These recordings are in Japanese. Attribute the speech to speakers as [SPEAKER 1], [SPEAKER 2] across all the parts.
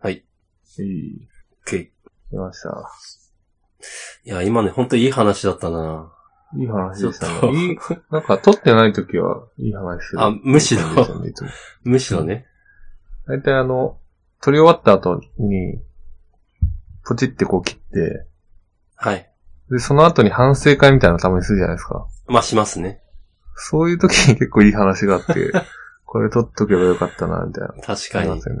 [SPEAKER 1] はい。
[SPEAKER 2] えい。
[SPEAKER 1] OK。
[SPEAKER 2] 出ました。
[SPEAKER 1] いや、今ね、ほんといい話だったない
[SPEAKER 2] い話でした
[SPEAKER 1] ちょっと
[SPEAKER 2] ね。いい、なんか撮ってない時はいい話する。
[SPEAKER 1] あむしろ
[SPEAKER 2] いい感じですよねいつも
[SPEAKER 1] むしろね。
[SPEAKER 2] 大体あの、撮り終わった後に、ポチってこう切って、
[SPEAKER 1] はい。
[SPEAKER 2] で、その後に反省会みたいなのたまにするじゃないですか。
[SPEAKER 1] まあ、しますね。
[SPEAKER 2] そういう時に結構いい話が あって、これ撮っとけばよかったな、みたいな。
[SPEAKER 1] 確か
[SPEAKER 2] あり
[SPEAKER 1] に
[SPEAKER 2] ます。よね。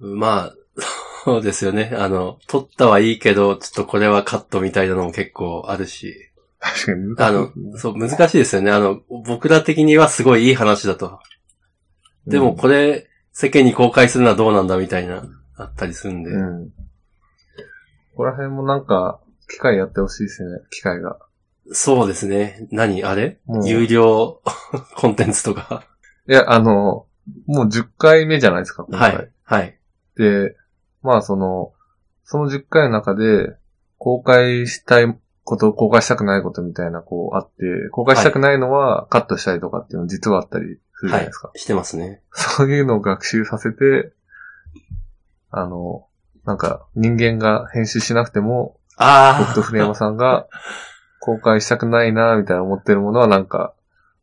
[SPEAKER 1] うん。まあ、 そうですよね。あの、撮ったはいいけど、ちょっとこれはカットみたいなのも結構あるし。
[SPEAKER 2] 確かに
[SPEAKER 1] あ
[SPEAKER 2] 難し
[SPEAKER 1] の
[SPEAKER 2] い、ですね。
[SPEAKER 1] そう、難しいですよね。あの、僕ら的にはすごいいい話だと。でもこれ、世間に公開するのはどうなんだみたいな、あったりするんで。
[SPEAKER 2] うん、うん。ここら辺もなんか、機械やってほしいですね、機械が。
[SPEAKER 1] そうですね。何あれ、
[SPEAKER 2] もう
[SPEAKER 1] 有料 コンテンツとか。
[SPEAKER 2] いや、あの、もう10回目じゃないですか、今
[SPEAKER 1] は
[SPEAKER 2] 回。
[SPEAKER 1] い。はい。
[SPEAKER 2] で、まあその、その10回の中で、公開したいこと、公開したくないことみたいな、こうあって、公開したくないのはカットしたりとかっていうの実はあったりするじゃ
[SPEAKER 1] は
[SPEAKER 2] ない
[SPEAKER 1] い
[SPEAKER 2] ですか。。
[SPEAKER 1] してますね。
[SPEAKER 2] そういうのを学習させて、あの、なんか人間が編集しなくても、僕
[SPEAKER 1] あ
[SPEAKER 2] と船山さんが公開したくないな、みたいな思ってるものはなんか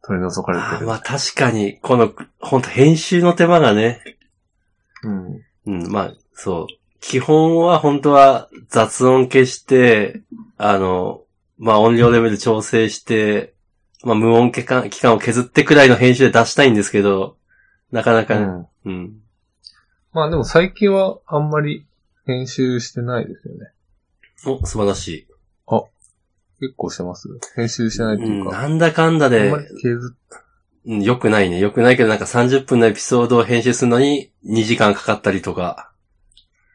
[SPEAKER 2] 取り除か れ
[SPEAKER 1] あ
[SPEAKER 2] て
[SPEAKER 1] ー。
[SPEAKER 2] る。
[SPEAKER 1] まあ確かに、この、本当編集の手間がね。
[SPEAKER 2] うん。
[SPEAKER 1] うん、まあ、そう。基本は本当は雑音消して、あの、まあ音量レベル調整して、まあ無音期間期間を削ってくらいの編集で出したいんですけど、なかな
[SPEAKER 2] う
[SPEAKER 1] かね、
[SPEAKER 2] ん。
[SPEAKER 1] うん、
[SPEAKER 2] まあでも最近はあんまり編集してないですよね。
[SPEAKER 1] お、素晴らしい。
[SPEAKER 2] 結構してます。編集してないって
[SPEAKER 1] う
[SPEAKER 2] い
[SPEAKER 1] ん、
[SPEAKER 2] うか。
[SPEAKER 1] なんだかんだ
[SPEAKER 2] あん
[SPEAKER 1] で
[SPEAKER 2] ま、り削っ
[SPEAKER 1] うん良くないね。良くないけど、なんか30分のエピソードを編集するのに2時間かかったりとか。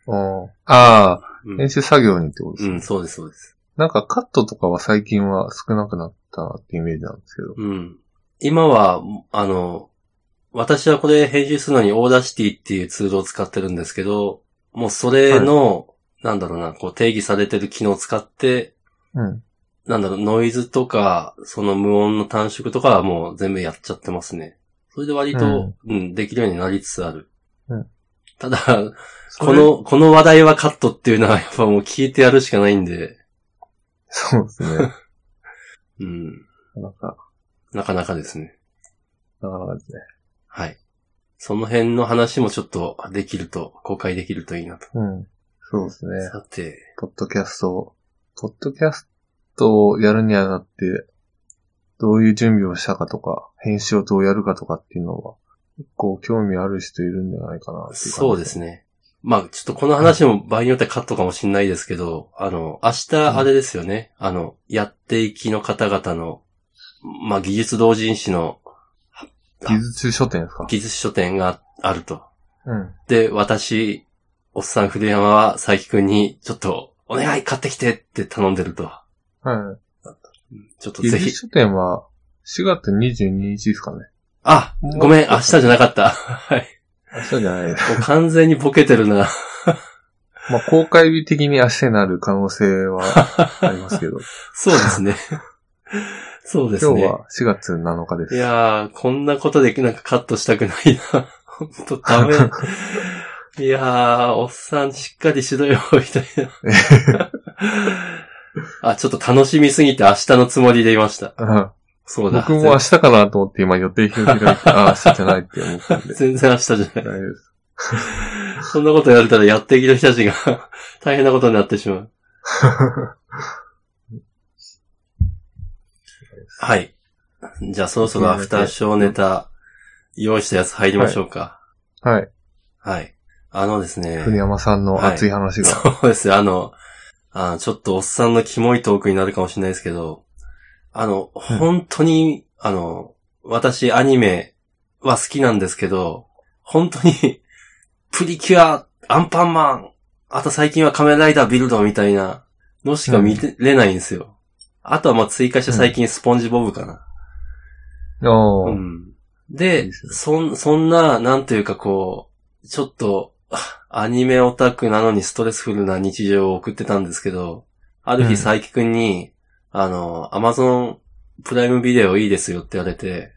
[SPEAKER 2] うんああ、
[SPEAKER 1] うん
[SPEAKER 2] 編集作業にってことです
[SPEAKER 1] う
[SPEAKER 2] ね。
[SPEAKER 1] ん、そうです、そうです。
[SPEAKER 2] なんかカットとかは最近は少なくなったなってイメージなんですけど。
[SPEAKER 1] うん。今は、あの、私はこれ編集するのにオーダーシティっていうツールを使ってるんですけど、もうそれの、なんだろうな、こう定義されてる機能を使って、
[SPEAKER 2] うん。
[SPEAKER 1] なんだろう、ノイズとか、その無音の短縮とかはもう全部やっちゃってますね。それで割と、うん、できるようになりつつある。
[SPEAKER 2] うん
[SPEAKER 1] ただ、こ、の、この話題はカットっていうのはやっぱもう聞いてやるしかないんで、
[SPEAKER 2] そうですね。
[SPEAKER 1] うん、
[SPEAKER 2] なんか、
[SPEAKER 1] なかなかですね。
[SPEAKER 2] なかなかですね。
[SPEAKER 1] はい。その辺の話もちょっとできると、公開できるといいなと。
[SPEAKER 2] うん。そうですね。
[SPEAKER 1] さて、
[SPEAKER 2] ポッドキャストを、ポッドキャストをやるにあたって、どういう準備をしたかとか、編集をどうやるかとかっていうのは、結構興味ある人いるんじゃないかなっていう感じ
[SPEAKER 1] そうですね。まあ、ちょっとこの話も場合によってはカットかもしれないですけど、あの、明日あれですよね。あの、やっていきの方々の、まあ、技術同人誌の
[SPEAKER 2] 技術書店ですか
[SPEAKER 1] 技術書店があると。
[SPEAKER 2] うん。
[SPEAKER 1] で、私、おっさん古山は佐伯くんに、ちょっと、お願い買ってきてって頼んでると。
[SPEAKER 2] はい。
[SPEAKER 1] ちょっと
[SPEAKER 2] 技
[SPEAKER 1] ぜひ
[SPEAKER 2] 術、書店は4月22日ですかね。
[SPEAKER 1] あ、ごめん、明日じゃなか った。はい。
[SPEAKER 2] 明日じゃないです。
[SPEAKER 1] もう完全にボケてるな。
[SPEAKER 2] まあ、公開日的に明日になる可能性はありますけど。
[SPEAKER 1] そうですね。 そうです
[SPEAKER 2] 今
[SPEAKER 1] ね。
[SPEAKER 2] 日は4月7日です。
[SPEAKER 1] いやー、こんなことでなんかカットしたくないな。 ほんとダ メ。いやー、おっさんしっかりしろよ、みたい な。あ、ちょっと楽しみすぎて明日のつもりでいました。
[SPEAKER 2] うん
[SPEAKER 1] そうだ。
[SPEAKER 2] 僕も明日かなと思って今予定表開いて、あ、明日じゃないって思っ たんで。
[SPEAKER 1] 全然明日じゃ
[SPEAKER 2] 大
[SPEAKER 1] な
[SPEAKER 2] 丈夫です。
[SPEAKER 1] い。そんなことやれたらやっていきの人たちが 大変なことになってしまう。 はい。じゃあそろそろアフターショーネタ用意したやつ入りましょうか。
[SPEAKER 2] はい。
[SPEAKER 1] はい。あのですね。
[SPEAKER 2] 国山さんの熱い話が。
[SPEAKER 1] そうですよ。あの、あのちょっとおっさんのキモいトークになるかもしれないですけど、あの、本当に、あの、私アニメは好きなんですけど、本当に、プリキュア、アンパンマン、あと最近は仮面ライダービルドみたいなのしか見れないんですよ。あとはまあ追加して最近スポンジボブかな。
[SPEAKER 2] おー
[SPEAKER 1] うんで、
[SPEAKER 2] いいですね
[SPEAKER 1] そん、そんな、なんというかこう、ちょっと、アニメオタクなのにストレスフルな日常を送ってたんですけど、ある
[SPEAKER 2] う
[SPEAKER 1] 日
[SPEAKER 2] ん
[SPEAKER 1] 佐伯くんに、あの、アマゾンプライムビデオいいですよって言われて、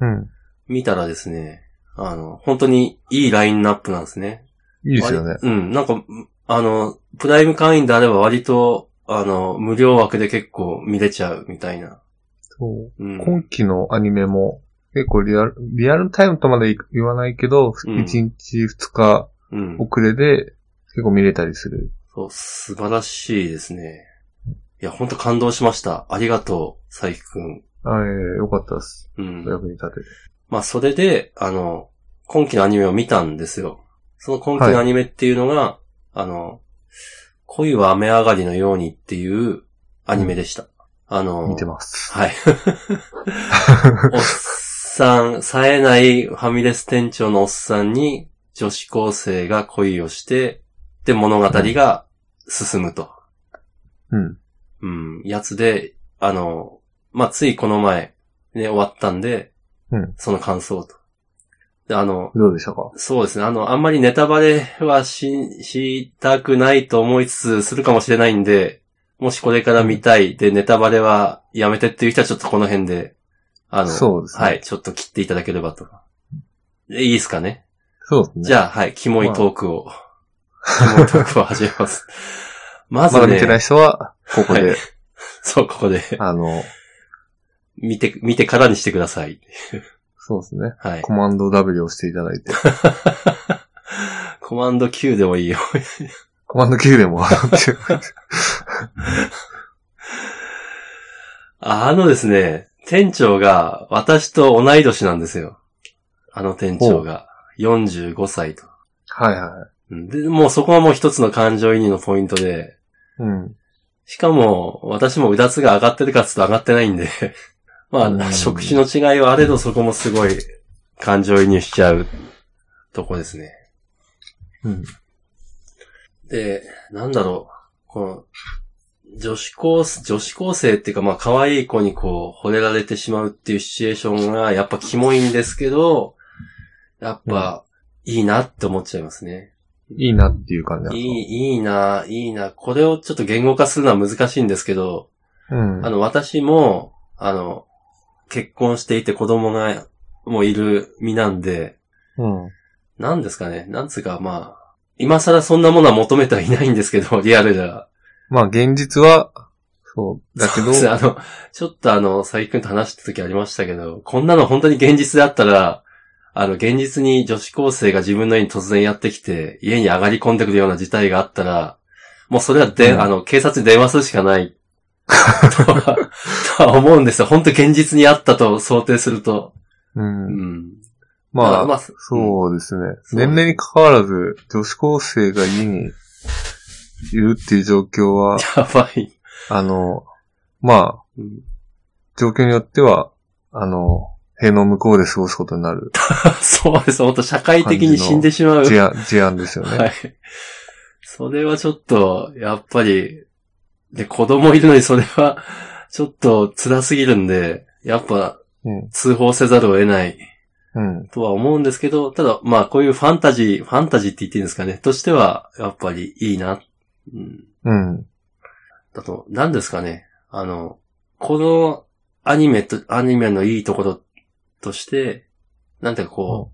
[SPEAKER 2] うん。
[SPEAKER 1] 見たらですね、あの、本当にいいラインナップなんですね。
[SPEAKER 2] いいですよね。
[SPEAKER 1] うん、なんか、あの、プライム会員であれば割と、あの、無料枠で結構見れちゃうみたいな。
[SPEAKER 2] そう
[SPEAKER 1] うん。
[SPEAKER 2] 今期のアニメも、結構リアル、リアルタイムとまで言わないけど、
[SPEAKER 1] うん
[SPEAKER 2] 1日2日
[SPEAKER 1] うん。
[SPEAKER 2] 遅れで結構見れたりする。
[SPEAKER 1] そう、素晴らしいですね。いや、ほんと感動しました。ありがとう、佐伯くん。
[SPEAKER 2] あええよかったです。
[SPEAKER 1] うん
[SPEAKER 2] お。役に立てて。
[SPEAKER 1] まあ、それで、あの、今期のアニメを見たんですよ。その今期のアニメっていうのが、あの、恋は雨上がりのようにっていうアニメでした。あの、
[SPEAKER 2] 見てます。
[SPEAKER 1] はい。おっさん、冴えないファミレス店長のおっさんに女子高生が恋をして、で、物語が進むと。
[SPEAKER 2] うん。
[SPEAKER 1] うん、やつで、あの、まあ、ついこの前、ね、終わったんで、
[SPEAKER 2] うん
[SPEAKER 1] その感想と。で、あの、
[SPEAKER 2] どうでしたか
[SPEAKER 1] そうですね。あの、あんまりネタバレはし、したくないと思いつつ、するかもしれないんで、もしこれから見たい、で、ネタバレはやめてっていう人はちょっとこの辺で、あの、
[SPEAKER 2] そうですね。
[SPEAKER 1] はい、ちょっと切っていただければと。でいいですかね
[SPEAKER 2] そうですね。
[SPEAKER 1] じゃあ、はい、キモいトークを、キモいトークを始め ます。まず
[SPEAKER 2] まだ見てない
[SPEAKER 1] ね、
[SPEAKER 2] 人は、ここで、
[SPEAKER 1] そう、ここで、
[SPEAKER 2] あの、
[SPEAKER 1] 見て、見てからにしてください。
[SPEAKER 2] そうですね。
[SPEAKER 1] はい。
[SPEAKER 2] コマンド W を押していただいて。
[SPEAKER 1] コマンド Q でもいいよ。
[SPEAKER 2] コマンド Q でも、
[SPEAKER 1] あのですね、店長が私と同い年なんですよ。あの店長が45歳と。
[SPEAKER 2] はいは
[SPEAKER 1] うんで、もうそこはもう一つの感情移入のポイントで、
[SPEAKER 2] い。うん。
[SPEAKER 1] しかも私もうだつが上がってるかっつうと上がってないんで、 ま
[SPEAKER 2] うん
[SPEAKER 1] あ、職種の違いはあれどそこもすごい感情移入しちゃうとこですね。
[SPEAKER 2] うん。
[SPEAKER 1] で、なんだろう、この、女子高生、女子高生っていうかまあ可愛い子にこう、惚れられてしまうっていうシチュエーションがやっぱキモいんですけど、やっぱ、いいなって思っちゃいますね。
[SPEAKER 2] いいなっていう感じなん
[SPEAKER 1] い
[SPEAKER 2] です
[SPEAKER 1] い、いいな、いいな。これをちょっと言語化するのは難しいんですけど、
[SPEAKER 2] かうん。
[SPEAKER 1] あの、私も、あの、結婚していて子供が、もういる身なんで、
[SPEAKER 2] うん。
[SPEAKER 1] なんですかね、なんつうかまあ、今更そんなものは求めてはいないんですけど、リアルでは。
[SPEAKER 2] まあ、現実は、そう、だけど
[SPEAKER 1] そうで、すねあの、ちょっとあの、佐伯くんと話した時ありましたけど、こんなの本当に現実であったら、あの、現実に女子高生が自分の家に突然やってきて、家に上がり込んでくるような事態があったら、もうそれはで、
[SPEAKER 2] うん
[SPEAKER 1] あの、警察に電話するしかない、とは、とは思うんですよ。本当現実にあったと想定すると。
[SPEAKER 2] う。
[SPEAKER 1] うんん。
[SPEAKER 2] まあ、
[SPEAKER 1] まあ
[SPEAKER 2] そうですね。
[SPEAKER 1] うん
[SPEAKER 2] 年齢に関わらず、女子高生が家にいるっていう状況は、
[SPEAKER 1] やばい。
[SPEAKER 2] あの、まあ、
[SPEAKER 1] うん
[SPEAKER 2] 状況によっては、あの、塀の向こうで過ごすことになる
[SPEAKER 1] そうです。本当社会的に死んでしまう。
[SPEAKER 2] 事案、事案ですよね。
[SPEAKER 1] はい。それはちょっと、やっぱり、で、子供いるのにそれは、ちょっと辛すぎるんで、やっぱ
[SPEAKER 2] うん。
[SPEAKER 1] 通報せざるを得ない
[SPEAKER 2] うん。
[SPEAKER 1] とは思うんですけど、ただ、まあこういうファンタジー、ファンタジーって言っていいんですかね、としては、やっぱりいいな。うん。
[SPEAKER 2] うん。
[SPEAKER 1] だと、何ですかね。あの、このアニメと、アニメのいいところとして、なんていうかこ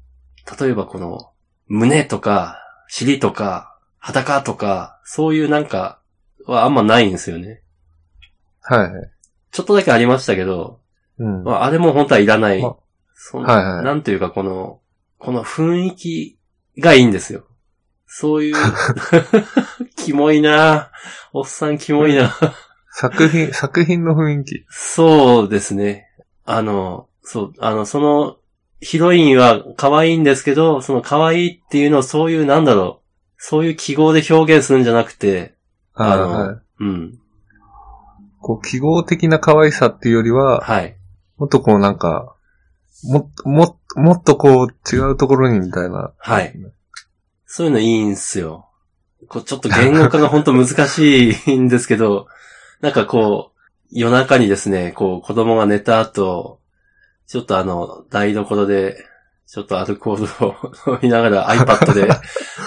[SPEAKER 1] う、例えばこの、胸とか、尻とか、裸とか、そういうなんか、はあんまないんですよね。
[SPEAKER 2] はいはい。
[SPEAKER 1] ちょっとだけありましたけど、
[SPEAKER 2] うん。
[SPEAKER 1] まあ、あれも本当はいらない。
[SPEAKER 2] ま
[SPEAKER 1] その
[SPEAKER 2] はいはい
[SPEAKER 1] なんていうかこの、この雰囲気がいいんですよ。そう いう、キモいなおっさんキモいな
[SPEAKER 2] 作品、作品の雰囲気。
[SPEAKER 1] そうですね。あの、そう、あの、その、ヒロインは可愛いんですけど、その可愛いっていうのをそういう、なんだろう、そういう記号で表現するんじゃなくて、
[SPEAKER 2] あ
[SPEAKER 1] あの
[SPEAKER 2] はい。
[SPEAKER 1] うん、
[SPEAKER 2] こう、記号的な可愛さっていうよりは、
[SPEAKER 1] はい。
[SPEAKER 2] もっとこうなんか、も、も、もっとこう違うところにみたいな。
[SPEAKER 1] はい。そういうのいいんすよ。こう、ちょっと言語化が本当難しいんですけど、 なんかこう、夜中にですね、こう、子供が寝た後、ちょっとあの、台所で、ちょっとアルコールを 飲みながら iPad で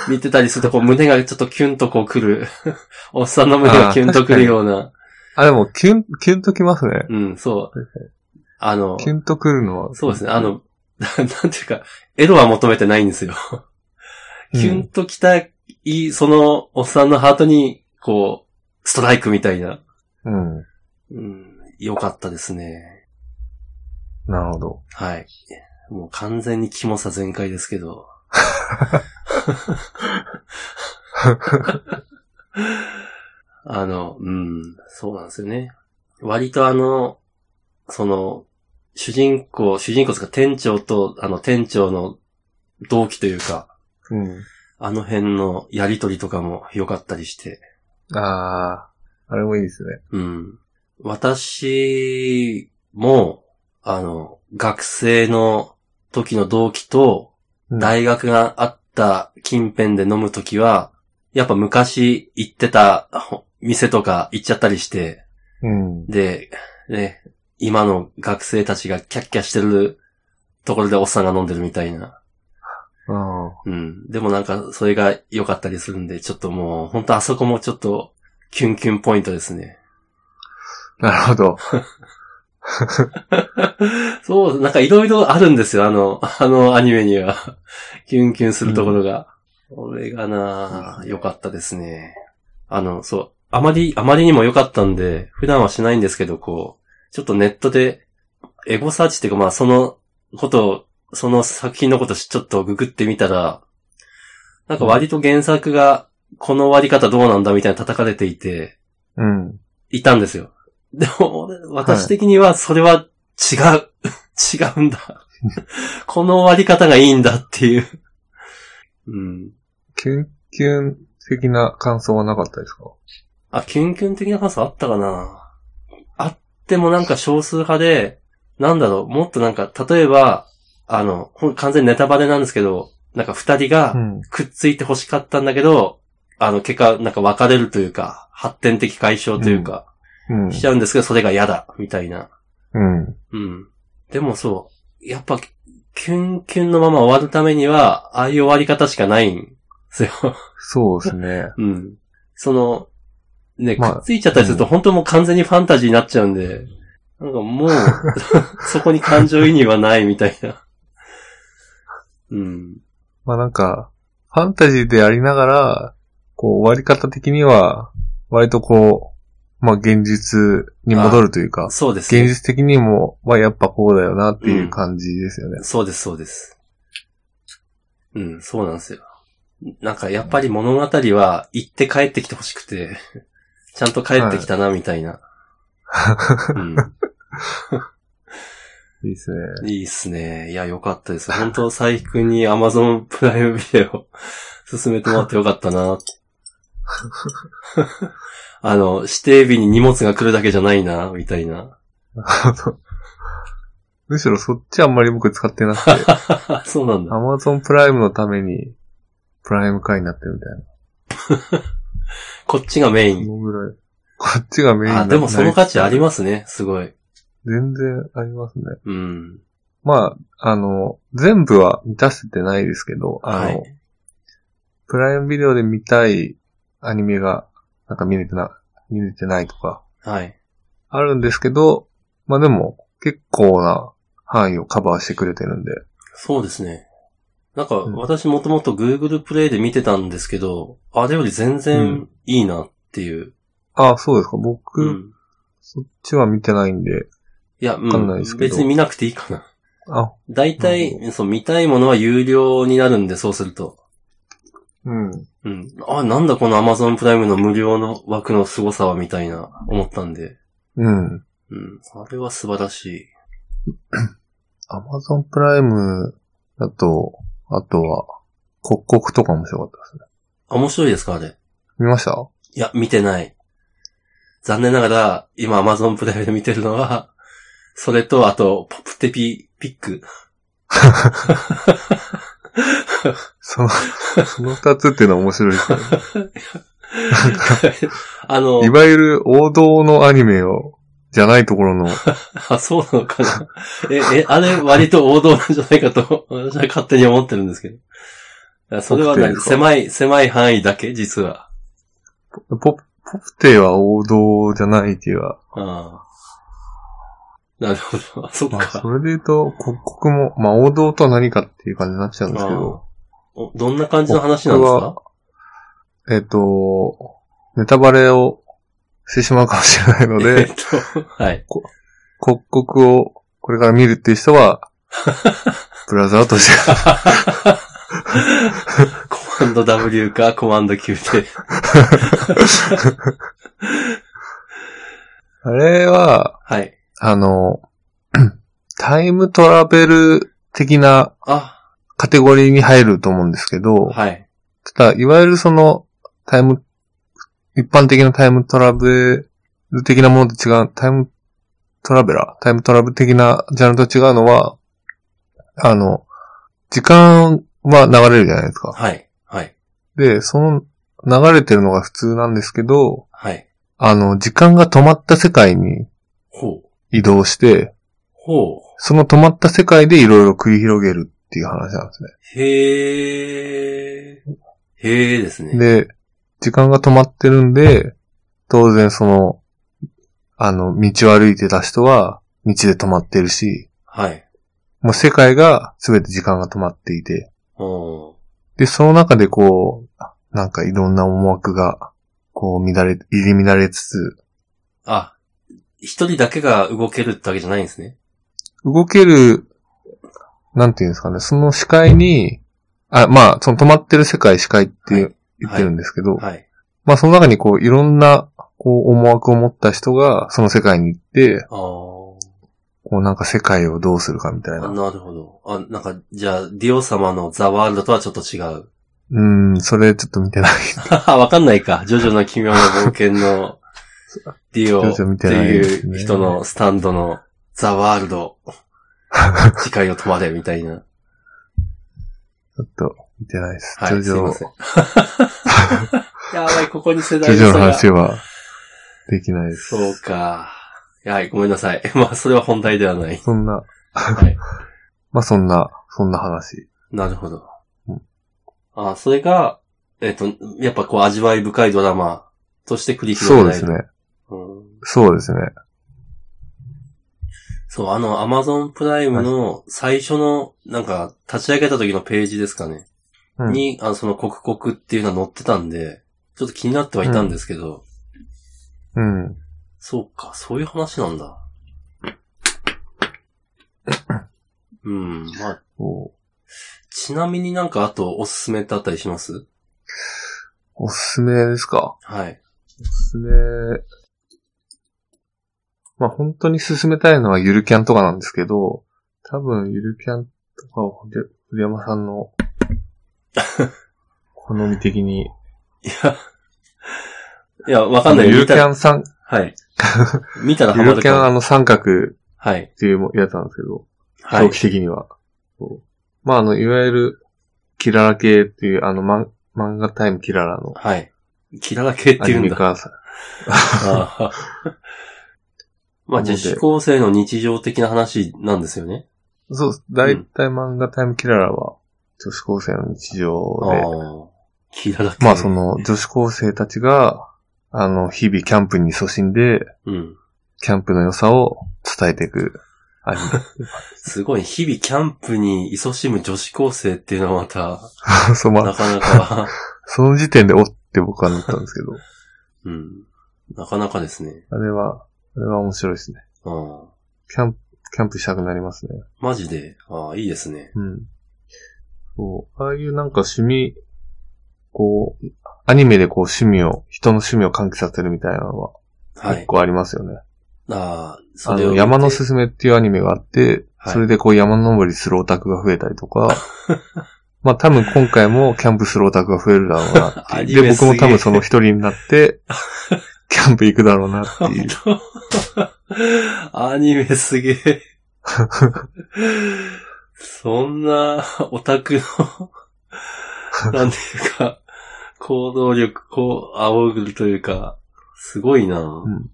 [SPEAKER 1] 見てたりすると、こう、胸がちょっとキュンとこう来る。 おっさんの胸がキュンと来るような。
[SPEAKER 2] あ、でも、キュン、キュンときますね。
[SPEAKER 1] うん、そう。あの、
[SPEAKER 2] キュンとくるのは。
[SPEAKER 1] そうですね、あ の、ななんていうか、エロは求めてないんですよ。
[SPEAKER 2] うん、
[SPEAKER 1] キュンときたいい、そのおっさんのハートに、こう、ストライクみたいな。
[SPEAKER 2] うん。
[SPEAKER 1] うん、良かったですね。
[SPEAKER 2] なるほど。
[SPEAKER 1] はい。もう完全にキモさ全開ですけど。あの、うん、そうなんですよね。割とあの、その、主人公、主人公ですか、店長と、あの、店長の同期というか、
[SPEAKER 2] うん。
[SPEAKER 1] あの辺のやりとりとかも良かったりして、
[SPEAKER 2] ああ、あれもいいですね。
[SPEAKER 1] うん。私も、あの、学生の時の同期と、
[SPEAKER 2] うん
[SPEAKER 1] 大学があった近辺で飲む時は、やっぱ昔行ってたほ店とか行っちゃったりして、
[SPEAKER 2] うん。
[SPEAKER 1] で、ね、今の学生たちがキャッキャしてるところでおっさんが飲んでるみたいな。
[SPEAKER 2] うん。
[SPEAKER 1] うん。でもなんか、それが良かったりするんで、ちょっともう、ほんとあそこもちょっと、キュンキュンポイントですね。
[SPEAKER 2] なるほど。
[SPEAKER 1] そう、なんかいろいろあるんですよ、あの、あのアニメには。 キュンキュンするところが。これがな
[SPEAKER 2] う
[SPEAKER 1] あ
[SPEAKER 2] ん
[SPEAKER 1] 良かったですね。あの、そう、あまり、あまりにも良かったんで、普段はしないんですけど、こう、ちょっとネットで、エゴサーチっていうか、まあ、そのことを、その作品のことしちょっとググってみたら、なんか割と原作が、この割り方どうなんだみたいな叩かれていて、
[SPEAKER 2] うん。
[SPEAKER 1] いたんですよ。でも、俺私的にはそれは違う。違うん だ。この終わり方がいいんだっていう。うん。
[SPEAKER 2] キュンキュン的な感想はなかったですか
[SPEAKER 1] あ、キュンキュン的な感想あったかなあってもなんか少数派で、なんだろう、もっとなんか、例えば、あの、ほん完全にネタバレなんですけど、なんか二人が
[SPEAKER 2] うん。
[SPEAKER 1] くっついて欲しかったんだけど、あの、結果、なんか別れるというか、発展的解消というか、
[SPEAKER 2] うん
[SPEAKER 1] し。ちゃうんですけど、それが嫌だ、みたいな。
[SPEAKER 2] うん。
[SPEAKER 1] うん。でもそう、やっぱ、キュンキュンのまま終わるためには、ああいう終わり方しかないんですよ。
[SPEAKER 2] そうですね。
[SPEAKER 1] うん。その、ね、
[SPEAKER 2] まあ
[SPEAKER 1] くっついちゃったりすると、
[SPEAKER 2] うん
[SPEAKER 1] 本当もう完全にファンタジーになっちゃうんで、なんか もう、そこに感情移入はないみたいな。うん。
[SPEAKER 2] まあなんか、ファンタジーでありながら、こう、終わり方的には、割とこう、まあ現実に戻るというか、
[SPEAKER 1] そうです
[SPEAKER 2] 現
[SPEAKER 1] ね。
[SPEAKER 2] 実的にも、まあやっぱこうだよなっていう感じですよね。
[SPEAKER 1] そうです、そうです。うん、そうなんですよ。なんかやっぱり物語は行って帰ってきてほしくて、 ちゃんと帰ってきたな、みたいな。
[SPEAKER 2] いいですね。
[SPEAKER 1] う ん、いいっすね。いや、よかったです。本当佐伯くんに Amazon プライムビデオ 進めてもらってよかったな。 あの、指定日に荷物が来るだけじゃないな、みたいな。
[SPEAKER 2] むしろそっちあんまり僕使ってなくて、
[SPEAKER 1] そうなんだ。
[SPEAKER 2] Amazon プライムのために、プライム会になってるみたいな。
[SPEAKER 1] こっちがメイ
[SPEAKER 2] そ
[SPEAKER 1] ン。
[SPEAKER 2] のぐらい。こっちがメイン
[SPEAKER 1] あ、でもその価値あり
[SPEAKER 2] す。
[SPEAKER 1] ますね。すごい。
[SPEAKER 2] 全然ありますね。
[SPEAKER 1] うん。
[SPEAKER 2] まあ、あの、全部は満たせてないですけど、あの、
[SPEAKER 1] はい
[SPEAKER 2] プライムビデオで見たいアニメが、なんか見れてな、見れてないとか、
[SPEAKER 1] はい。
[SPEAKER 2] あるんですけど、まあでも、結構な範囲をカバーしてくれてるんで、
[SPEAKER 1] そうですね。なんか、
[SPEAKER 2] うん
[SPEAKER 1] 私もともと Google プレイで見てたんですけど、あれより全
[SPEAKER 2] う
[SPEAKER 1] 然いいなっていう。
[SPEAKER 2] ああ、そうですか。僕、
[SPEAKER 1] うん
[SPEAKER 2] そっちは見てないんで、
[SPEAKER 1] いや、う
[SPEAKER 2] わかんないです
[SPEAKER 1] ん。
[SPEAKER 2] けど
[SPEAKER 1] 別に見なくていいかな。
[SPEAKER 2] あ、
[SPEAKER 1] 大
[SPEAKER 2] なる
[SPEAKER 1] 体、そう、見たいものは有料になるんで、そうすると。
[SPEAKER 2] うん。
[SPEAKER 1] うん。あ、なんだこの Amazon プライムの無料の枠の凄さは、みたいな、思ったんで。
[SPEAKER 2] うん。
[SPEAKER 1] うん。あれは素晴らしい。
[SPEAKER 2] Amazon プライムだと、あとは、刻々とか面白かったですね。
[SPEAKER 1] あ、面白いですか、あれ。
[SPEAKER 2] 見ました
[SPEAKER 1] いや、見てない。残念ながら、今 Amazon プライムで見てるのは、それと、あと、ポプテピ、ピック。
[SPEAKER 2] そ の、その二つっていうのは面白いですね。
[SPEAKER 1] あの
[SPEAKER 2] い、わゆる王道のアニメを、じゃないとこ ろの、
[SPEAKER 1] あ、そうなのかな。え、え、あれ割と王道なんじゃないかと、私は勝手に思ってるんですけどいや。それは
[SPEAKER 2] 僕ってい
[SPEAKER 1] 何
[SPEAKER 2] うか
[SPEAKER 1] 狭い、狭い範囲だけ実は。
[SPEAKER 2] ポポプテは王道じゃない気が。
[SPEAKER 1] ああ。なるほど。あ、そっ
[SPEAKER 2] まあ、
[SPEAKER 1] か。
[SPEAKER 2] それで言うと、刻々も、まあ王道とは何かっていう感じになっちゃうんですけど、
[SPEAKER 1] ああおどんな感じの話なんです
[SPEAKER 2] 僕
[SPEAKER 1] か
[SPEAKER 2] えっ、と、ネタバレをしてしまうかもしれないの
[SPEAKER 1] え っ
[SPEAKER 2] で、
[SPEAKER 1] と、はい。
[SPEAKER 2] 国国をこれから見るっていう 人は、ブラウザーアウトして、
[SPEAKER 1] コマンド W かコマンド Q で。
[SPEAKER 2] あれは、
[SPEAKER 1] はい。
[SPEAKER 2] あの、 タイムトラベル的な
[SPEAKER 1] あ、
[SPEAKER 2] カテゴリーに入ると思うんですけど、
[SPEAKER 1] はい。
[SPEAKER 2] ただ、いわゆるその、タイム、一般的なタイムトラベル的なものと違う、タイムトラベラー、タイムトラベル的なジャンルと違うのは、あの、時間は流れるじゃないですか。
[SPEAKER 1] はい。はい。
[SPEAKER 2] で、その流れてるのが普通なんですけど、
[SPEAKER 1] はい。
[SPEAKER 2] あの、時間が止まった世界に
[SPEAKER 1] ほう。
[SPEAKER 2] 移動して、
[SPEAKER 1] ほう。
[SPEAKER 2] その止まった世界でいろいろ繰り広げるっていう話なんですね。
[SPEAKER 1] へえ。へえですね。
[SPEAKER 2] で、時間が止まってるんで、当然その、あの、道を歩いてた人は、道で止まってるし、
[SPEAKER 1] はい。
[SPEAKER 2] もう世界が全て時間が止まっていて、
[SPEAKER 1] うん。
[SPEAKER 2] で、その中でこう、なんかいろんな思惑が、こう乱れ、入り乱れつつ、
[SPEAKER 1] あ、一人だけが動けるってわけじゃないんですね。
[SPEAKER 2] 動ける、なんていうんですかね、その視界に、あ、まあ、その止まってる世界視界って言言ってるんですけど、
[SPEAKER 1] はい。
[SPEAKER 2] まあその中にこういろんな、こう思惑を持った人がその世界に行って、
[SPEAKER 1] ああ
[SPEAKER 2] こうなんか世界をどうするかみたいな。
[SPEAKER 1] なるほど。あ、なんか、じゃあ、ディオ様のザ・ワールドとはちょっと違う。
[SPEAKER 2] うーん、それちょっと見てない。
[SPEAKER 1] わかんないか。ジョジョの奇妙な冒険 のディオ
[SPEAKER 2] ジョジョ見
[SPEAKER 1] って
[SPEAKER 2] ないですね
[SPEAKER 1] ていう人のスタンドのザ・ワール ド。次回を止まれ、みたいな。
[SPEAKER 2] ちょっと見てないです。
[SPEAKER 1] はい、
[SPEAKER 2] ジ
[SPEAKER 1] すい
[SPEAKER 2] ョ
[SPEAKER 1] ま
[SPEAKER 2] ジ
[SPEAKER 1] せん
[SPEAKER 2] ョ、。
[SPEAKER 1] やばい、ここに世
[SPEAKER 2] ジョ
[SPEAKER 1] 代
[SPEAKER 2] ジョ
[SPEAKER 1] の
[SPEAKER 2] の
[SPEAKER 1] 差が。
[SPEAKER 2] 話はできないです。
[SPEAKER 1] そうか。はい、ごめんなさい。 まあ、それは本題ではない。
[SPEAKER 2] そんな、
[SPEAKER 1] はい。
[SPEAKER 2] まあそんな、そんな話。
[SPEAKER 1] なるほど
[SPEAKER 2] うん。
[SPEAKER 1] あ、それが、えっ、と、やっぱこう味わい深いドラマとして繰り広げ
[SPEAKER 2] そう
[SPEAKER 1] られ
[SPEAKER 2] で
[SPEAKER 1] る。
[SPEAKER 2] すね。
[SPEAKER 1] うん
[SPEAKER 2] そうですね。
[SPEAKER 1] そう、あの、アマゾンプライムの最初の、なんか、立ち上げた時のページですかね。
[SPEAKER 2] うん
[SPEAKER 1] に、あの、その刻々っていうのは載ってたんで、ちょっと気になってはいたんですけど、
[SPEAKER 2] うん。
[SPEAKER 1] そうか、そういう話なん だ。うん、まあ、
[SPEAKER 2] こう
[SPEAKER 1] ちなみになんかあとおすすめってあったりします
[SPEAKER 2] おすすめですか
[SPEAKER 1] はい。
[SPEAKER 2] おすすめ。まあ本当に進めたいのはゆるキャンとかなんですけど、多分ゆるキャンとかをで古山さんの好み的に。
[SPEAKER 1] いや、いや、わかんない。
[SPEAKER 2] ゆる
[SPEAKER 1] 見
[SPEAKER 2] キャ
[SPEAKER 1] た、
[SPEAKER 2] ン三
[SPEAKER 1] はい。見たらハ
[SPEAKER 2] ゆ
[SPEAKER 1] マ
[SPEAKER 2] る
[SPEAKER 1] る
[SPEAKER 2] キャン
[SPEAKER 1] か
[SPEAKER 2] あ
[SPEAKER 1] も。
[SPEAKER 2] の三角っ
[SPEAKER 1] はい。
[SPEAKER 2] ていうやつなんですけど、
[SPEAKER 1] はい
[SPEAKER 2] 長期。的には。そうまああの、いわゆる、キララ系っていう、あの、マン漫画タイムキララの
[SPEAKER 1] はい。キララ系っ
[SPEAKER 2] ア
[SPEAKER 1] て
[SPEAKER 2] ニ
[SPEAKER 1] 言うん
[SPEAKER 2] メ
[SPEAKER 1] だ。
[SPEAKER 2] 化さ
[SPEAKER 1] ああ まあ、
[SPEAKER 2] なので
[SPEAKER 1] 女子高生の日常的な話なんですよね。
[SPEAKER 2] そう、だいたい漫画タイムキララは、女子高生の日常
[SPEAKER 1] あ
[SPEAKER 2] で、
[SPEAKER 1] あ。キララ系。
[SPEAKER 2] まあその女子高生たちが、あの、日々キャンプに勤しんで、
[SPEAKER 1] うん。
[SPEAKER 2] キャンプの良さを伝えていくアニ
[SPEAKER 1] すごい、日々キャンプに勤しむ女子高生っていうのはまた、
[SPEAKER 2] メ。そう、ま
[SPEAKER 1] な
[SPEAKER 2] あ、
[SPEAKER 1] かなか、
[SPEAKER 2] その時点でおって僕は思ったんですけど、
[SPEAKER 1] うん。なかなかですね。
[SPEAKER 2] あれは、あれは面白いですね。
[SPEAKER 1] うん。
[SPEAKER 2] キャンプ、キャンプしたくなりますね。
[SPEAKER 1] マジで、ああ、いいですね。
[SPEAKER 2] うん。そう、ああいうなんか趣味、こう、アニメでこう趣味を、人の趣味を喚起させるみたいなのは、
[SPEAKER 1] は
[SPEAKER 2] 結
[SPEAKER 1] い。
[SPEAKER 2] 構ありますよね。
[SPEAKER 1] ああ、そ
[SPEAKER 2] あ
[SPEAKER 1] れを
[SPEAKER 2] の、
[SPEAKER 1] 見て。
[SPEAKER 2] 山のすすめっていうアニメがあって、
[SPEAKER 1] はい
[SPEAKER 2] それでこう山登りするオタクが増えたりと か、まあ多分今回もキャンプするオタクが増えるだろうなって
[SPEAKER 1] ア
[SPEAKER 2] い
[SPEAKER 1] ニ
[SPEAKER 2] う。で、
[SPEAKER 1] メすげ
[SPEAKER 2] 僕
[SPEAKER 1] え
[SPEAKER 2] も多分その一人にな って、キャンプ行くだろうなっていう。
[SPEAKER 1] 本当 アニメすげえ。そんな、オタクの、なんていうか、行動力、こう、仰ぐというか、すごいな、
[SPEAKER 2] ん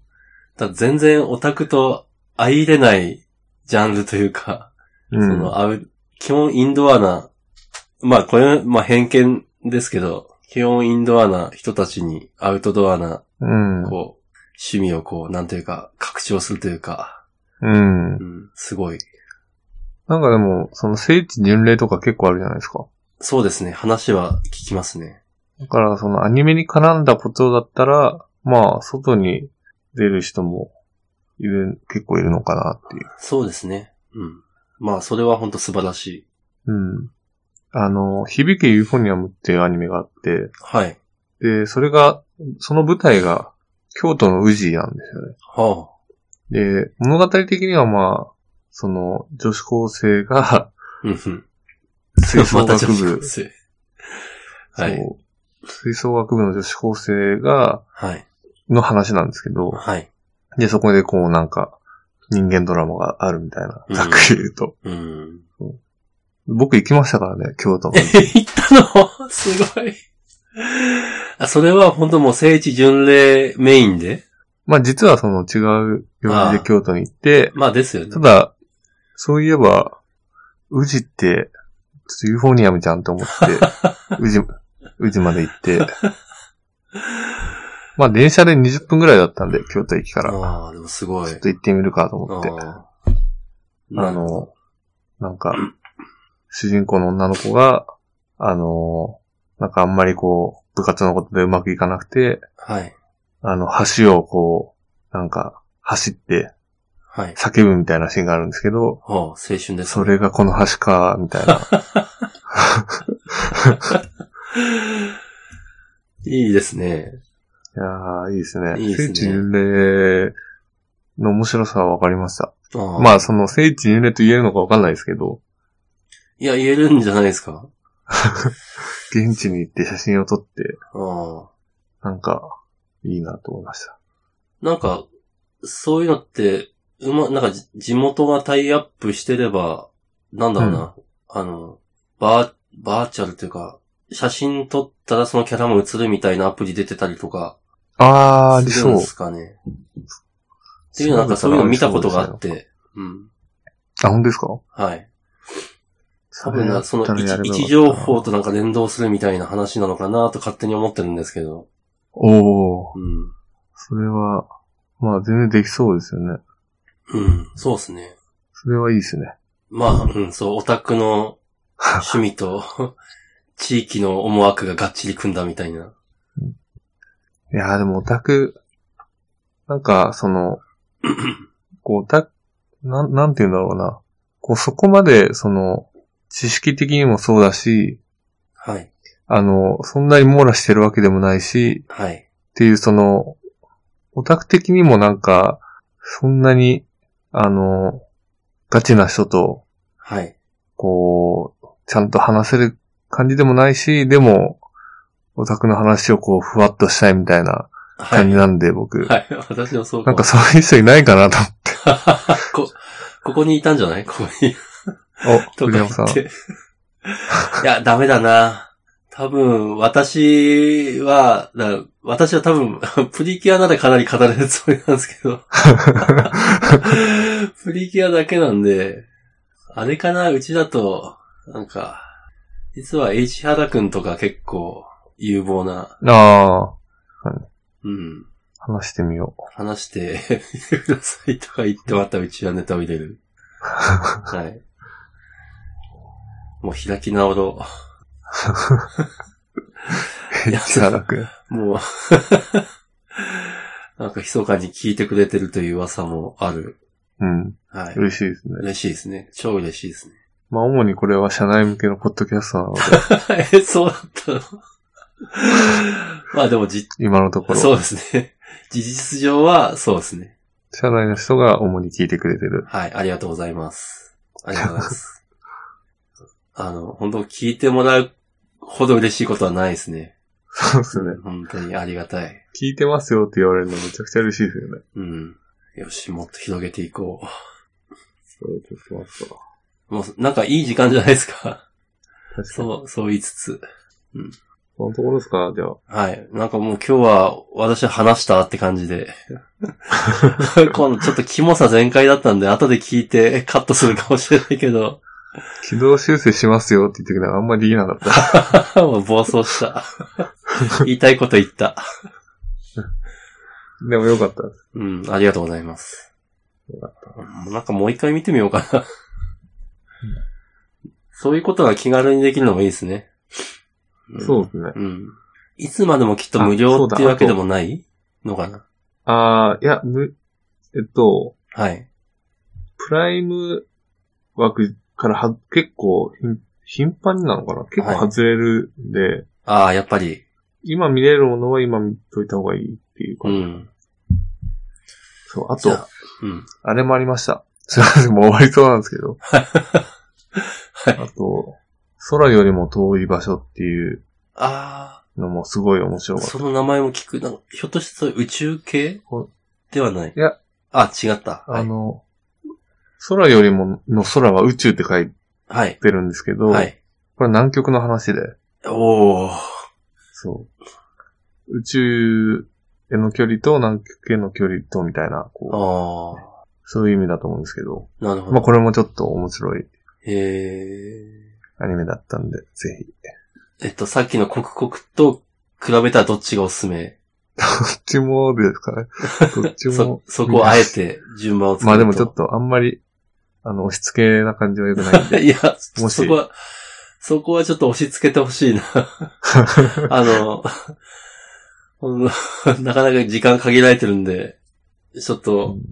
[SPEAKER 1] だから全然オタクと相入れないジャンルというか、
[SPEAKER 2] う
[SPEAKER 1] そ
[SPEAKER 2] ん。
[SPEAKER 1] の、アウ基本インドアな、まあこれ、まあ偏見ですけど、基本インドアな人たちにアウトドアな、
[SPEAKER 2] うん。
[SPEAKER 1] こう、趣味をこう、なんというか、拡張するというか、
[SPEAKER 2] うん
[SPEAKER 1] う。ん、すごい。
[SPEAKER 2] なんかでも、その聖地巡礼とか結構あるじゃないですか。
[SPEAKER 1] そうですね、話は聞きますね。
[SPEAKER 2] だから、そのアニメに絡んだことだったら、まあ、外に出る人もいる、結構いるのかなっていう。
[SPEAKER 1] そうですね。うん。まあ、それは本当素晴らしい。
[SPEAKER 2] うん。あの、響けユーフォニアムっていうアニメがあって、
[SPEAKER 1] はい。
[SPEAKER 2] で、それが、その舞台が京都の宇治なんですよね。
[SPEAKER 1] は
[SPEAKER 2] で、物語的にはまあ、その、女子高生が
[SPEAKER 1] あ。うんうん。
[SPEAKER 2] 吹 奏
[SPEAKER 1] また
[SPEAKER 2] 楽
[SPEAKER 1] 女子
[SPEAKER 2] 部
[SPEAKER 1] 高、生はい。
[SPEAKER 2] そう吹奏楽部の女子高生が、
[SPEAKER 1] はい。
[SPEAKER 2] の話なんですけど、
[SPEAKER 1] はい。
[SPEAKER 2] で、そこでこうなんか、人間ドラマがあるみたいな、
[SPEAKER 1] うん
[SPEAKER 2] ざっくり言うと。
[SPEAKER 1] うん。
[SPEAKER 2] 僕行きましたからね、京都ま
[SPEAKER 1] え、
[SPEAKER 2] で。
[SPEAKER 1] 行ったの すごい。あ、それは本当もう聖地巡礼メインで
[SPEAKER 2] まあ実はその違う用事で京都に行って、
[SPEAKER 1] まあですよね
[SPEAKER 2] た。だ、そういえば、宇治って、ちょっとユーフォニアムじゃんと 思って、宇治、宇治まで行って、まあ電車で20分ぐらいだったんで、京都駅から。
[SPEAKER 1] ああ、でもすごい
[SPEAKER 2] ちょっ。と行ってみるかと思って。
[SPEAKER 1] あー
[SPEAKER 2] あ、の、なんか、主人公の女の子が、あの、なんかあんまりこう、部活のことでうまくいかなくて、
[SPEAKER 1] はい。
[SPEAKER 2] あの、橋をこう、なんか、走って
[SPEAKER 1] はい。
[SPEAKER 2] 叫ぶみたいなシーンがあるんですけど、
[SPEAKER 1] ああ、青春です。
[SPEAKER 2] それがこの橋か、みたいな。
[SPEAKER 1] いいですね。
[SPEAKER 2] いやー、いいですね。
[SPEAKER 1] いいですね
[SPEAKER 2] 聖地巡礼の面白さは分かりました。
[SPEAKER 1] ああ
[SPEAKER 2] まあ、その聖地巡礼と言えるのか分かんないですけど、
[SPEAKER 1] いや、言えるんじゃないですか。
[SPEAKER 2] 現地に行って写真を撮って、
[SPEAKER 1] ああ。
[SPEAKER 2] なんか、いいなと思いました。
[SPEAKER 1] なんか、そういうのって、うま、なんかじ、地元がタイアップしてれば、なんだろうな。あの、バー、バーチャルというか、写真撮ったらそのキャラも映るみたいなアプリ出てたりとか、
[SPEAKER 2] あー、あり
[SPEAKER 1] するん
[SPEAKER 2] そう
[SPEAKER 1] で。すかね。っていうなんかそういうの見たことがあって、うん。
[SPEAKER 2] あ、本当ですか
[SPEAKER 1] はい。多
[SPEAKER 2] 多
[SPEAKER 1] 分な、その位置位置情報となんか連動するみたいな話なのかなと勝手に思ってるんですけど。
[SPEAKER 2] おー、
[SPEAKER 1] うん。
[SPEAKER 2] それは、まあ全然できそうですよね。
[SPEAKER 1] うん。そうですね。
[SPEAKER 2] それはいいですね。
[SPEAKER 1] まあ、うん、そう、オタク の趣味と地域の思惑ががっちり組んだみたいな。
[SPEAKER 2] いやーでもオタク、なんか、その、こう、オタク、なん、なんて言うんだろうな。こう、そこまで、その、知識的にもそうだし、
[SPEAKER 1] はい。
[SPEAKER 2] あの、そんなに網羅してるわけでもないし、
[SPEAKER 1] はい。
[SPEAKER 2] っていう、その、オタク的にもなんか、そんなに、あの、ガチな人と
[SPEAKER 1] はい。
[SPEAKER 2] こう、ちゃんと話せる感じでもないし、でも、オタクの話をこう、ふわっとしたいみたいな
[SPEAKER 1] は
[SPEAKER 2] 感じ
[SPEAKER 1] い。
[SPEAKER 2] なんで、僕。
[SPEAKER 1] はい。私もそうか
[SPEAKER 2] なん
[SPEAKER 1] も
[SPEAKER 2] かそういう人いないかなと
[SPEAKER 1] こ、ここにいたんじゃないここに。
[SPEAKER 2] 思って。お、
[SPEAKER 1] と
[SPEAKER 2] 栗
[SPEAKER 1] か
[SPEAKER 2] 山
[SPEAKER 1] 言
[SPEAKER 2] さん
[SPEAKER 1] っ。て。いや、ダメだな。多分、私は、だ私は多分、 プリキュアならかなり語れるつもりなんですけど。 プリキュアだけなんで、あれかな、うちだと、なんか、実は H 原くんとか結構有望な、
[SPEAKER 2] ああ、
[SPEAKER 1] うん、
[SPEAKER 2] 話してみよう。
[SPEAKER 1] 話して みてくださいとか言ってまたうちはネタを入れる。はい。もう開き直ろう。いや
[SPEAKER 2] じゃあ楽。
[SPEAKER 1] もう、なんか密かに聞いてくれてるという噂もある。
[SPEAKER 2] うん。
[SPEAKER 1] はい。
[SPEAKER 2] 嬉しいですね。
[SPEAKER 1] 嬉しいですね。超嬉しいですね。
[SPEAKER 2] まあ、主にこれは社内向けのポッドキャストなので、
[SPEAKER 1] え、そうだったの まあでもじ、
[SPEAKER 2] 今のとこ
[SPEAKER 1] そ
[SPEAKER 2] ろ、
[SPEAKER 1] うですね。事実上は、そうですね。
[SPEAKER 2] 社内の人が主に聞いてくれてる。
[SPEAKER 1] はい、ありがとうございます。ありがとうございます。 あの、本当聞いてもらうほど嬉しいことはないですね。
[SPEAKER 2] そうですね。
[SPEAKER 1] 本当にありがたい。
[SPEAKER 2] 聞いてますよって言われるのめちゃくちゃ嬉しいですよね。
[SPEAKER 1] うん。よし、もっと広げていこ
[SPEAKER 2] そうですね。
[SPEAKER 1] う。もう、なんかいい時間じゃないですか。
[SPEAKER 2] 確かに。
[SPEAKER 1] そう、そう言いつつ。
[SPEAKER 2] そのところですかじゃあ。
[SPEAKER 1] はい。なんかもう今日は私話したって感じで。 今度ちょっとキモさ全開だったんで、後で聞いてカットするかもしれないけど、
[SPEAKER 2] 軌道修正しますよって言ってきたらあんまりできなかった。
[SPEAKER 1] もう暴走した。 言いたいこと言った。
[SPEAKER 2] でもよかったです。
[SPEAKER 1] うん、ありがとうございます
[SPEAKER 2] よかっ。
[SPEAKER 1] なんかもう一回見てみようかな。そういうことが気軽にできるのもいいですね。ん
[SPEAKER 2] そうですね。
[SPEAKER 1] うん。いつまでもきっと無
[SPEAKER 2] あそ
[SPEAKER 1] 料
[SPEAKER 2] う
[SPEAKER 1] っ
[SPEAKER 2] だ
[SPEAKER 1] ていうわけでもないのかな
[SPEAKER 2] ああ、いや、む、えっと、
[SPEAKER 1] はい。
[SPEAKER 2] プライム枠からは、結構ひん、頻繁になのかな結構外れるんで、
[SPEAKER 1] ああ、やっぱり。
[SPEAKER 2] 今見れるものは今見といた方がいいっていうか、
[SPEAKER 1] うん。
[SPEAKER 2] そう、あ
[SPEAKER 1] じゃ
[SPEAKER 2] と
[SPEAKER 1] あ、うん。
[SPEAKER 2] あれもありました。すいません、もう終わりそうなんですけ ど。あと、空よりも遠い場所っていう
[SPEAKER 1] あ
[SPEAKER 2] のもすごい面白
[SPEAKER 1] あ、
[SPEAKER 2] かった。
[SPEAKER 1] その名前も聞く。なんかひょっとしてそれ宇宙系
[SPEAKER 2] ほ
[SPEAKER 1] ではない。
[SPEAKER 2] いや。
[SPEAKER 1] あ、違った。は
[SPEAKER 2] あ
[SPEAKER 1] い。
[SPEAKER 2] の、空よりもの空は宇宙って書い
[SPEAKER 1] はい。
[SPEAKER 2] てるんですけど、
[SPEAKER 1] はい。
[SPEAKER 2] これ南極の話で、
[SPEAKER 1] おー。
[SPEAKER 2] そう。宇宙への距離と南極への距離とみたいな、こう、
[SPEAKER 1] あ
[SPEAKER 2] そういう意味だと思うんですけど、
[SPEAKER 1] あ、なるほ
[SPEAKER 2] まあ
[SPEAKER 1] ど。
[SPEAKER 2] これもちょっと面白い
[SPEAKER 1] えー。
[SPEAKER 2] アニメだったんで、ぜひ。
[SPEAKER 1] えっと、さっきの刻々と比べたらどっちがおすすめ
[SPEAKER 2] どっちもですか ね。どっち
[SPEAKER 1] そ
[SPEAKER 2] も、。
[SPEAKER 1] そこをあえて順番をつけると。
[SPEAKER 2] まあでもちょっとあんまり、あの、押し付けな感じは良くないんで。
[SPEAKER 1] いや、
[SPEAKER 2] もし
[SPEAKER 1] そこは、そこはちょっと押し付けてほしい な。あの、ほんの なかなか時間限られてるんで、ちょっ
[SPEAKER 2] う
[SPEAKER 1] と、
[SPEAKER 2] ん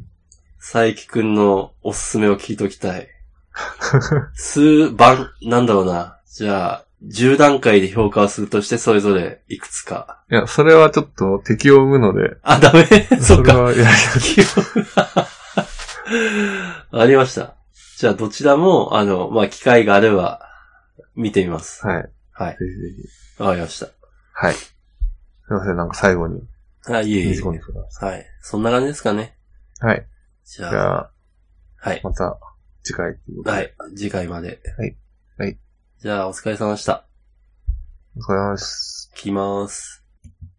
[SPEAKER 1] 佐伯くんのおすすめを聞いておきたい。数番、なんだろうな。じゃあ、10段階で評価をするとして、それぞれいくつか。
[SPEAKER 2] いや、それはちょっと敵を生むので、
[SPEAKER 1] あ、ダ メそっ
[SPEAKER 2] れ
[SPEAKER 1] か。
[SPEAKER 2] は、いやいや、
[SPEAKER 1] 記憶が ありました。じゃあ、どちらも、あの、まあ、機会があれば、見てみます。
[SPEAKER 2] はい。
[SPEAKER 1] はい。
[SPEAKER 2] ぜひぜひ。
[SPEAKER 1] わかりました。
[SPEAKER 2] はい。すいません、なんか最後に
[SPEAKER 1] あ、いえいえ。
[SPEAKER 2] 短いくださ
[SPEAKER 1] はい。そんな感じですかね。
[SPEAKER 2] い。はい。
[SPEAKER 1] じゃあ、
[SPEAKER 2] じゃあ、
[SPEAKER 1] はい。
[SPEAKER 2] また次回っていうことで。
[SPEAKER 1] はい。次回まで。
[SPEAKER 2] はいはい。
[SPEAKER 1] じゃあ、お疲れ様でした。
[SPEAKER 2] お疲れ様です。
[SPEAKER 1] 切ります。